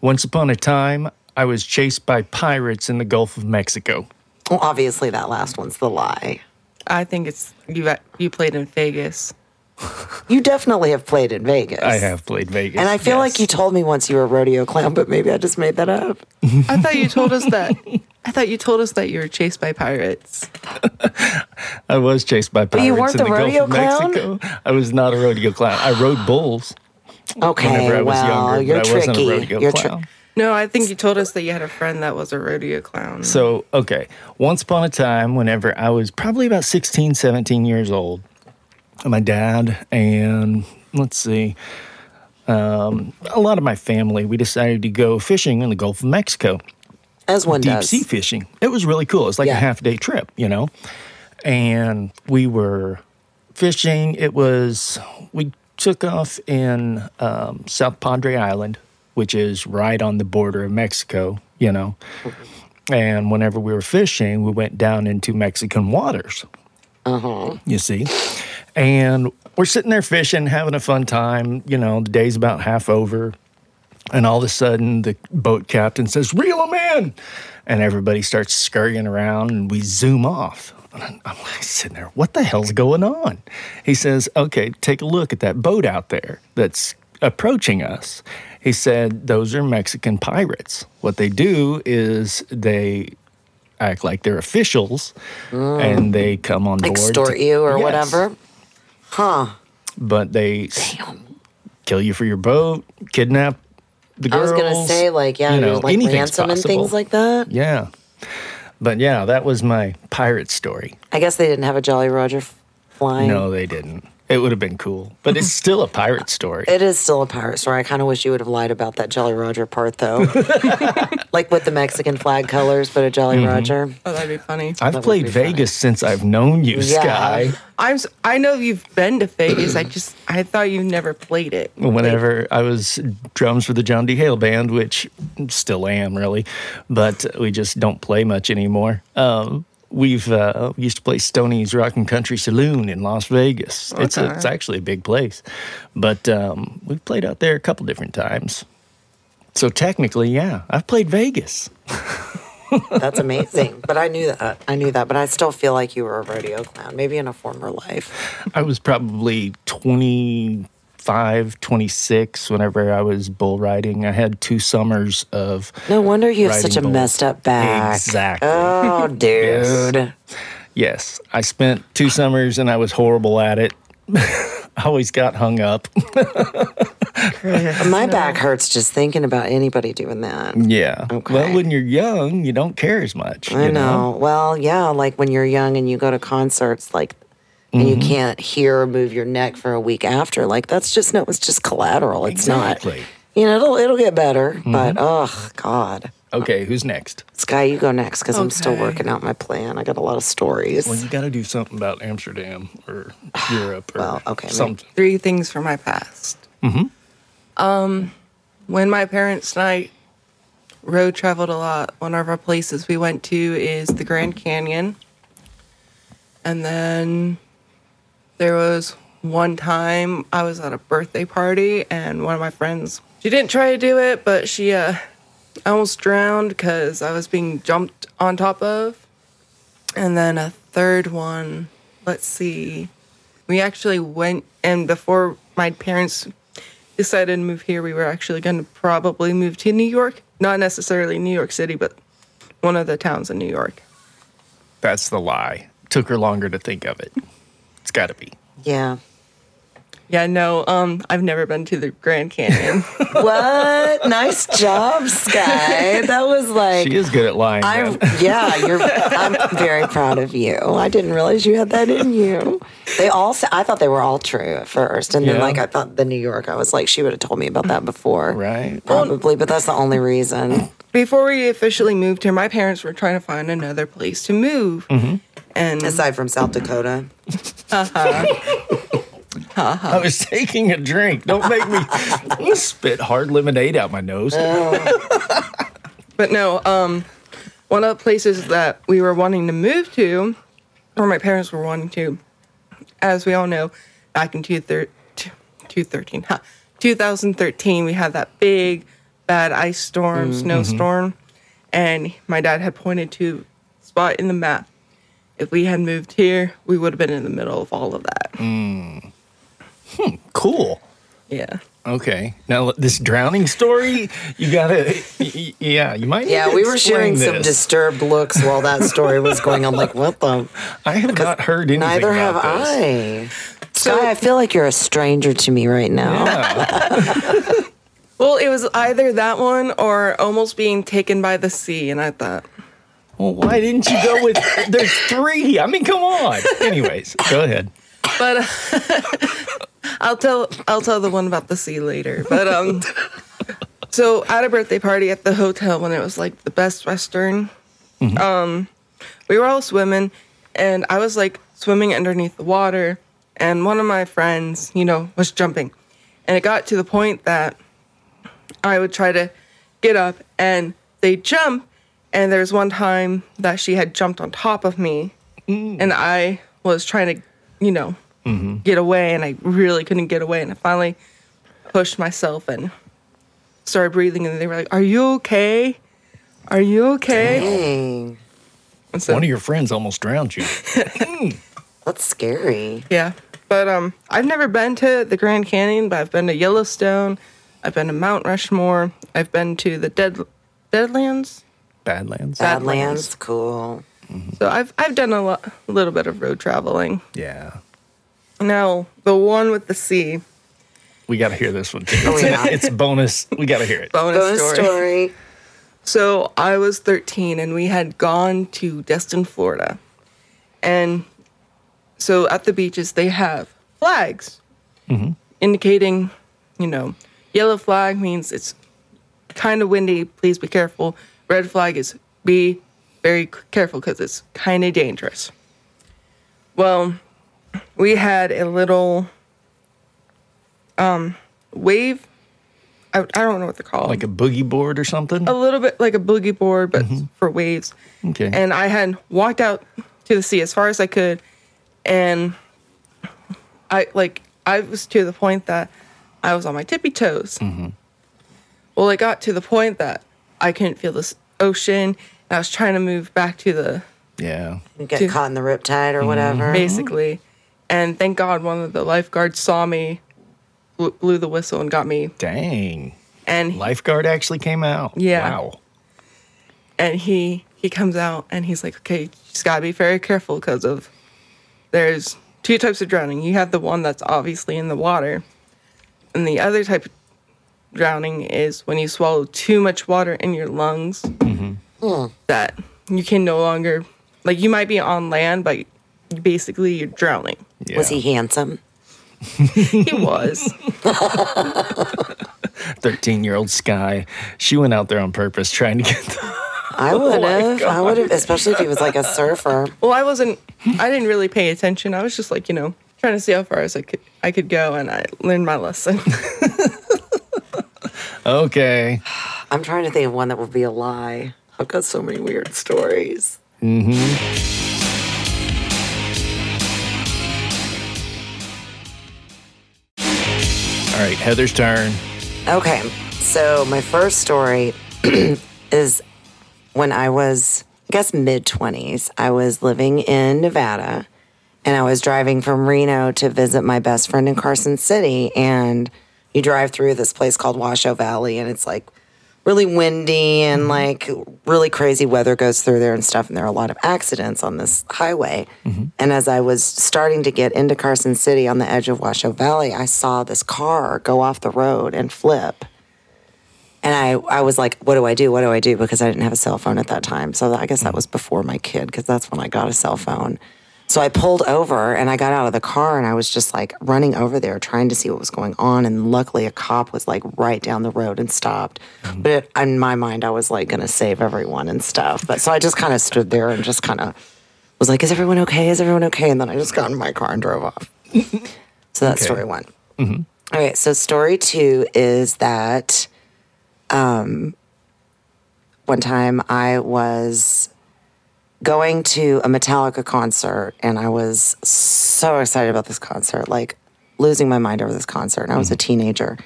S4: once upon a time, I was chased by pirates in the Gulf of Mexico.
S2: Well, obviously, that last one's the lie.
S3: I think it's you. You played in Vegas.
S2: You definitely have played in Vegas.
S4: I have played Vegas.
S2: And I feel like you
S4: yes.
S2: told me once you were a rodeo clown, but maybe I just made that up.
S3: I thought you told us that. I thought you told us that you were chased by pirates.
S4: I was chased by pirates
S2: you weren't
S4: in
S2: the
S4: the,
S2: rodeo
S4: Gulf of
S2: clown?
S4: Mexico. I was not a rodeo clown. I rode bulls whenever I
S2: Okay,
S4: was
S2: well,
S4: younger,
S2: Oh, you're
S4: but I
S2: tricky.
S4: wasn't a rodeo
S2: you're tri-
S4: clown.
S3: No, I think you told us that you had a friend that was a rodeo clown.
S4: so, okay. Once upon a time, whenever I was probably about 16, 17 years old, my dad and let's see, um, a lot of my family, we decided to go fishing in the Gulf of Mexico.
S2: as one
S4: deep
S2: does.
S4: sea fishing. It was really cool. It was like
S2: Yeah.
S4: a half day trip, you know? And we were fishing. It was, we took off in um, South Padre Island, which is right on the border of Mexico, you know?
S2: Mm-hmm.
S4: And whenever we were fishing, we went down into Mexican waters.
S2: Uh-huh.
S4: Uh huh. You see? And we're sitting there fishing, having a fun time. You know, the day's about half over. And all of a sudden, the boat captain says, Reel him in. And everybody starts scurrying around and we zoom off. And I'm I'm like sitting there, what the hell's going on? He says, Okay, take a look at that boat out there that's approaching us. He said, Those are Mexican pirates. What they do is they act like they're officials and they come on board. to-
S2: Mm. Extort you or
S4: Yes
S2: whatever. Huh.
S4: but they s- kill you for your boat, kidnap the
S2: I was
S4: girls.
S2: gonna say like yeah,
S4: you
S2: there's,
S4: know,
S2: like
S4: anything's
S2: ransom and
S4: possible.
S2: things like that.
S4: Yeah, but yeah, that was my pirate story.
S2: I guess they didn't have a Jolly Roger f- flying.
S4: No, they didn't. It would have been cool, but it's still a pirate story.
S2: It is still a pirate story. I kind of wish you would have lied about that Jolly Roger part, though. like with the Mexican flag colors, but a Jolly
S4: Mm-hmm.
S2: Roger.
S3: oh, that'd be funny.
S4: I've
S2: would
S4: played
S2: be funny.
S4: Vegas since I've known you,
S2: Yeah.
S4: Sky.
S3: I'm. s- I know you've been to Vegas. I just. I thought you never played it.
S4: Whenever I was drums for the John D. Hale band, which still am really, but we just don't play much anymore. Um, we've uh, we used to play Stoney's Rock and Country Saloon in Las Vegas. It's a, it's actually a big place, but um, we've played out there a couple different times. So technically, yeah, I've played Vegas.
S2: That's amazing. but I knew that. I knew that. But I still feel like you were a rodeo clown, maybe in a former life.
S4: I was probably 25, 26 whenever I was bull riding. I had two summers of
S2: No wonder you have
S4: Riding
S2: such a
S4: bulls.
S2: messed up back.
S4: Exactly.
S2: Oh, dude.
S4: Yes, I spent two summers and I was horrible at it. I always got hung up.
S2: My back hurts just thinking about anybody doing that.
S4: Yeah. Well, when you're young, you don't care as much.
S2: I
S4: you
S2: know. Well, yeah, like when you're young and you go to concerts, like, and
S4: Mm-hmm.
S2: you can't hear or move your neck for a week after, like that's just no, it's just collateral. It's
S4: Exactly. Mm-hmm.
S2: not. You know, it'll it'll get better, but oh god,
S4: Okay, who's next?
S2: Sky, you go next because I'm still
S3: Okay.
S2: working out my plan. I got a lot of stories.
S4: Well, you got to do something about Amsterdam or Europe or
S2: Well, okay, maybe-
S4: something.
S3: Three things from my past. Mm-hmm. Um, when my parents and I road traveled a lot, one of our places we went to is the Grand Canyon, and then there was one time I was at a birthday party and one of my friends she didn't try to do it, but she uh, almost drowned because I was being jumped on top of. And then a third one, let's see. We actually went, and before my parents decided to move here, we were actually going to probably move to New York. Not necessarily New York City, but one of the towns in New York.
S4: That's the lie. took her longer to think of it. It's got to be.
S2: Yeah.
S3: Yeah, no, um, I've never been to the Grand Canyon.
S2: What? nice job, Sky. That was like
S4: She is good at lying.
S2: I
S4: man.
S2: yeah, you're. I'm very proud of you. I didn't realize you had that in you. They all. sa- I thought they were all true at first, and then
S4: Yeah.
S2: like I thought the New York. I was like, she would have told me about that before,
S4: Right.
S2: Probably, but that's the only reason.
S3: Before we officially moved here, my parents were trying to find another place to move. And
S2: Aside from South Dakota,
S4: I was taking a drink. Don't make me I'm gonna spit hard lemonade out my nose.
S2: Uh.
S3: But no, um, one of the places that we were wanting to move to, or my parents were wanting to, as we all know, back in two thir- two- 2013, huh, 2013, we had that big bad ice storm, snowstorm, and my dad had pointed to a spot in the map. If we had moved here, we would have been in the middle of all of that.
S4: Cool.
S3: Yeah.
S4: Okay. Now this drowning story, you gotta. y- y- Yeah, you might. need
S2: yeah,
S4: to
S2: we were
S4: explain
S2: sharing some
S4: this.
S2: disturbed looks while that story was going on. Like, what the?
S4: I have not heard anything.
S2: Neither have
S4: about this.
S2: I. Sky, I feel like you're a stranger to me right now.
S4: Yeah.
S3: Well, it was either that one or almost being taken by the sea, and I thought,
S4: Well, why didn't you go with? There's three. I mean, come on. Anyways, go ahead.
S3: but uh, I'll tell I'll tell the one about the sea later. But um, so at a birthday party at the hotel when it was like the Best Western, um, we were all swimming, and I was like swimming underneath the water, and one of my friends, you know, was jumping, and it got to the point that I would try to get up, and they jump, and there was one time that she had jumped on top of me, and I was trying to, you know, get away, and I really couldn't get away, and I finally pushed myself and started breathing, and they were like, "Are you okay? Are you okay?"
S2: Dang,
S3: And so-
S4: One of your friends almost drowned you.
S2: that's scary.
S3: yeah, but um, I've never been to the Grand Canyon, but I've been to Yellowstone, I've been to Mount Rushmore, I've been to the Dead Deadlands.
S4: Badlands.
S2: Uh, Badlands, cool.
S3: So I've I've done a, lo- a little bit of road traveling.
S4: Yeah.
S3: Now the one with the sea
S4: We got to hear this one. Too.
S2: Oh,
S4: It's-
S2: yeah.
S4: It's bonus. We got to hear it.
S3: bonus,
S2: Bonus
S3: story.
S2: story.
S3: So I was 13 and we had gone to Destin, Florida. And so at the beaches they have flags indicating, you know, yellow flag means it's kind of windy, please be careful. Red flag is be very c- careful because it's kind of dangerous. Well, we had a little um, wave. I, I don't know what they're called
S4: Like a boogie board or something.
S2: Oh.
S3: a little bit like a boogie board, but for waves.
S4: Okay.
S3: And I had walked out to the sea as far as I could, and I like I was to the point that I was on my tippy toes. Well, it got to the point that I couldn't feel this ocean. And I was trying to move back to the
S4: yeah.
S2: You Get
S3: Two.
S2: caught in the riptide or whatever.
S3: basically, and thank God one of the lifeguards saw me, bl- blew the whistle, and got me.
S4: Dang.
S3: And
S4: Lifeguard actually came out.
S3: Yeah.
S4: Wow.
S3: and he he comes out and he's like, okay, you just gotta be very careful because of there's two types of drowning. You have the one that's obviously in the water, and the other type of drowning is when you swallow too much water in your lungs that you can no longer like you might be on land, but basically you're drowning.
S4: Yeah.
S2: Was he handsome?
S3: He was.
S4: 13 year old Sky. She went out there on purpose trying to get the
S2: I would have. I would have, especially if he was like a surfer.
S3: Well, I wasn't. I didn't really pay attention. I was just like, you know, trying to see how far as I could I could go, and I learned my lesson.
S4: Okay.
S2: I'm trying to think of one that would be a lie. I've got so many weird stories.
S4: All right. Heather's turn.
S2: Okay, so my first story is when I was, I guess, mid 20s. I was living in Nevada and I was driving from Reno to visit my best friend in Carson City. And you drive through this place called Washoe Valley, and it's like really windy and like really crazy weather goes through there and stuff. And there are a lot of accidents on this highway. And as I was starting to get into Carson City on the edge of Washoe Valley, I saw this car go off the road and flip. And I, I was like, what do I do? What do I do? Because I didn't have a cell phone at that time. So I guess that was before my kid, because that's when I got a cell phone. So I pulled over and I got out of the car and I was just like running over there trying to see what was going on. And luckily, a cop was like right down the road and stopped. But it, in my mind, I was like going to save everyone and stuff. But so I just kind of stood there and just kind of was like, is everyone okay? Is everyone okay? And then I just got in my car and drove off. so that's story one. All right. So story two is that one time I was going to a Metallica concert and I was so excited about this concert, like losing my mind over this concert. And I was a teenager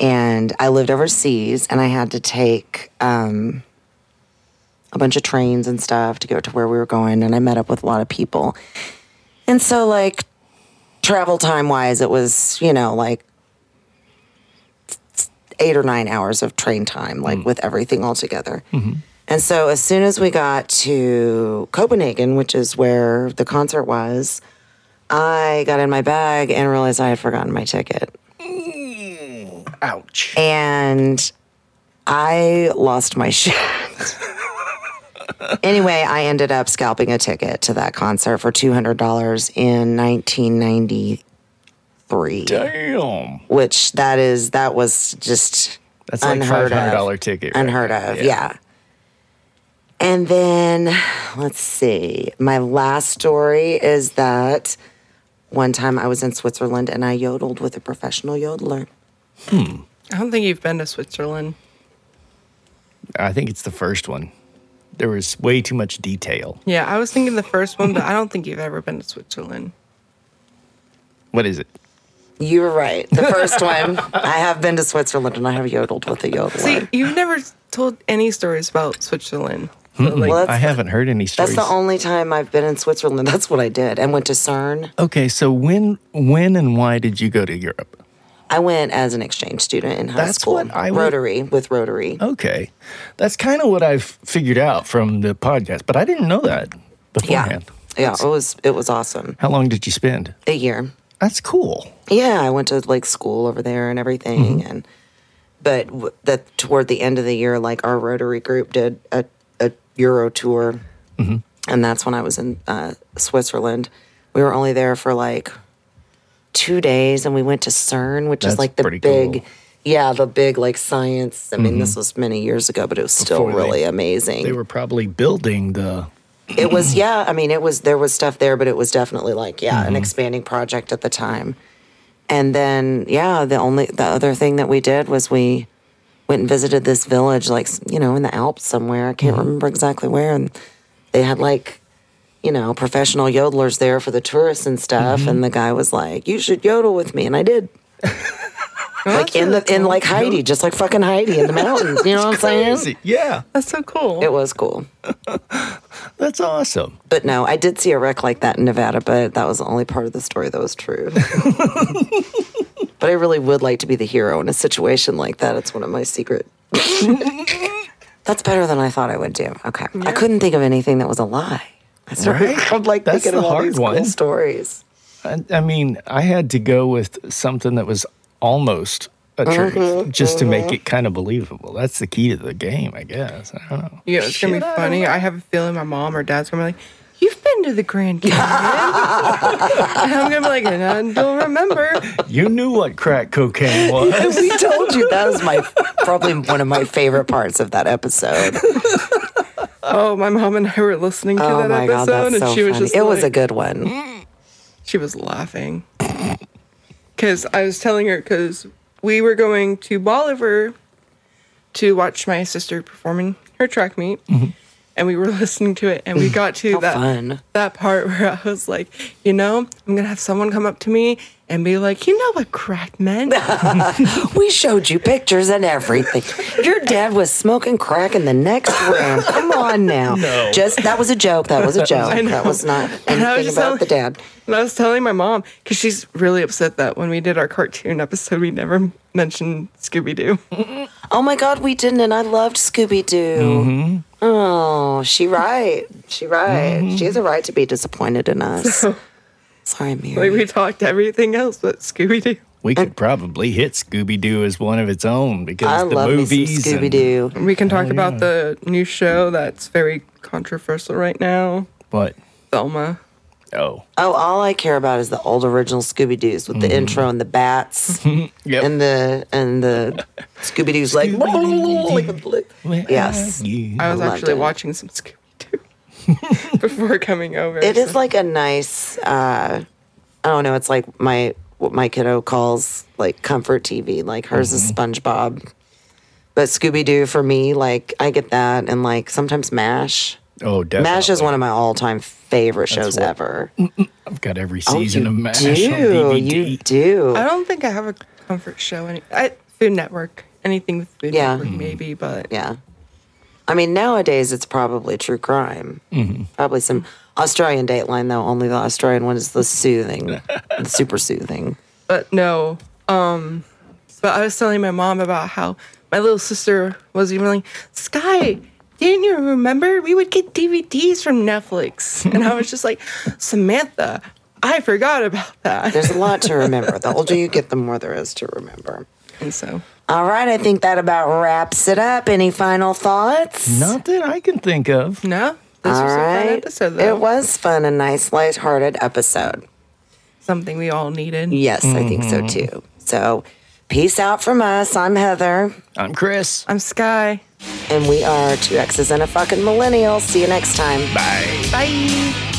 S2: and I lived overseas and I had to take um, a bunch of trains and stuff to go to where we were going. And I met up with a lot of people. And so, like, travel time wise, it was, you know, like eight or nine hours of train time, like with everything all together. And so, as soon as we got to Copenhagen, which is where the concert was, I got in my bag and realized I had forgotten my ticket.
S4: Ouch.
S2: And I lost my shit. anyway, I ended up scalping a ticket to that concert for $200 in 1993
S4: Damn.
S2: which that is that was just
S4: That's like
S2: unheard of.
S4: $500 ticket. right
S2: unheard
S4: there.
S2: of yeah. and then let's see my last story is that one time i was in switzerland and i yodeled with a professional yodeler
S3: I don't think you've been to Switzerland.
S4: I think it's the first one. There was way too much detail.
S3: Yeah, I was thinking the first one, but I don't think you've ever been to Switzerland.
S4: What is it?
S2: you're right the first one i have been to switzerland and i have yodeled with a yodeler
S3: See, you've never told any stories about Switzerland. So, like,
S2: Well,
S4: I
S2: that's,
S4: haven't heard any
S2: that's
S4: stories.
S2: the only time i've been in switzerland that's what i did and went to cern
S4: okay, so when when and why did you go to Europe?
S2: i went as an exchange student in high
S4: That's
S2: school
S4: what I would-
S2: rotary with rotary
S4: Okay. That's kind of what I've figured out from the podcast, but I didn't know that
S2: yeah
S4: beforehand.
S2: yeah it was it was awesome
S4: How long did you spend?
S2: a year
S4: That's cool.
S2: yeah i went to like school over there and everything
S4: Mm-hmm.
S2: and but w- that toward the end of the year like our rotary group did a, a euro tour
S4: Mm-hmm.
S2: and that's when i was in uh, switzerland we were only there for like two days and we went to cern which
S4: That's
S2: is like the
S4: pretty
S2: big
S4: cool. Mm-hmm.
S2: yeah the big like science i mean this was many years ago but it was still
S4: Before they-
S2: really amazing
S4: They were probably building the
S2: it was yeah i mean it was there was stuff there but it was definitely like yeah an expanding project at the time and then yeah the only the other thing that we did was we went and visited this village like you know in the alps somewhere i can't remember exactly where and they had like you know professional yodelers there for the tourists and stuff and the guy was like you should yodel with me and i did like in the in like heidi just like fucking heidi in the mountains you know what i'm saying
S4: Crazy. Yeah.
S3: that's so cool.
S2: it was cool
S4: That's awesome.
S2: But no, I did see a wreck like that in Nevada, but that was the only part of the story that was true. but I really would like to be the hero in a situation like that. It's one of my secret. That's better than I thought I would do. Okay. I couldn't think of anything that was a lie. I started,
S4: Right?
S2: I'm like
S4: That's
S2: thinking of
S4: the
S2: all
S4: hard
S2: these
S4: one.
S2: cool stories.
S4: I, I mean, I had to go with something that was almost a truth
S2: Mm-hmm,
S4: just to make it kind of believable. That's the key to the game, I guess. I don't know.
S3: Yeah, it's gonna be funny. I have a feeling my mom or dad's gonna be like, "You've been to the Grand Canyon," and I'm gonna be like, "And I don't remember."
S4: You knew what crack cocaine was.
S2: We told you that was my probably one of my favorite parts of that episode.
S3: Oh, my mom and I were listening to
S2: Oh
S3: that
S2: my god,
S3: episode,
S2: that's
S3: and
S2: so
S3: she was
S2: funny.
S3: just
S2: It was a
S3: like-
S2: good one.
S3: she was laughing because I was telling her because we were going to Bolivar to watch my sister performing her track meet, and we were listening to it and we got to
S2: Mm-hmm. How
S3: that
S2: fun.
S3: that part where I was like, you know, I'm gonna have someone come up to me and be like, you know what crack meant?
S2: We showed you pictures and everything. Your dad was smoking crack in the next room. Come on now. No. Just that was a joke. That was a joke. that was not
S3: And I
S2: anything
S3: was just
S2: about
S3: telling-
S2: the dad.
S3: And I was telling my mom because she's really upset that when we did our cartoon episode, we never mentioned Scooby Doo.
S2: Oh my God, we didn't, and I loved Scooby Doo. Oh, she right. She right. She has a right to be disappointed in us. Sorry, Mary.
S3: Like we talked everything else but Scooby Doo.
S4: We could probably hit Scooby Doo as one of its own because
S2: I
S4: the
S2: love me
S4: movies.
S2: some
S4: and-
S2: Scooby Doo.
S3: We can talk about the new show that's very controversial right now,
S4: What?
S3: Thelma.
S4: Oh,
S2: Oh, all I care about is the old original Scooby Doo's with the intro and the bats
S4: Yep.
S2: and the and the Scooby Doo's like, yes.
S4: Mm.
S3: I was
S2: loved
S3: actually
S2: it.
S3: watching some Scooby Doo before coming over.
S2: It is like a nice. Uh, I don't know. It's like my what my kiddo calls like comfort TV. Like hers is
S4: Mm-hmm.
S2: SpongeBob, but Scooby Doo for me, like I get that, and like sometimes Mash.
S4: Oh, definitely.
S2: Mash is one of my all-time favorite shows
S4: what-
S2: ever.
S4: I've got every
S2: Oh,
S4: season
S2: you
S4: of Mash on
S2: do.
S4: DVD.
S2: You do.
S3: I don't think I have a comfort show. Any I, Food Network, anything with Food
S2: Yeah.
S3: Network, maybe, but
S2: Yeah. I mean, nowadays it's probably true crime.
S4: Mm-hmm.
S2: Probably some Australian Dateline though. Only the Australian one is the soothing, the super soothing.
S3: but no. Um, but I was telling my mom about how my little sister was even like, Sky, didn't you remember we would get DVDs from Netflix? And I was just like, Samantha, I forgot about that.
S2: There's a lot to remember. The older you get, the more there is to remember.
S3: And so
S2: All right, I think that about wraps it up. Any final thoughts?
S4: Not that I can think of.
S3: no, this
S2: All
S3: was a fun
S2: right.
S3: episode though.
S2: It was fun, a nice, lighthearted episode.
S3: Something we all needed.
S2: Yes, I think so
S3: Mm-hmm.
S2: too. So, peace out from us. I'm Heather,
S4: I'm Chris.
S3: I'm Sky.
S2: and we are two X's and a fucking millennial. See you next time.
S4: Bye.
S3: Bye.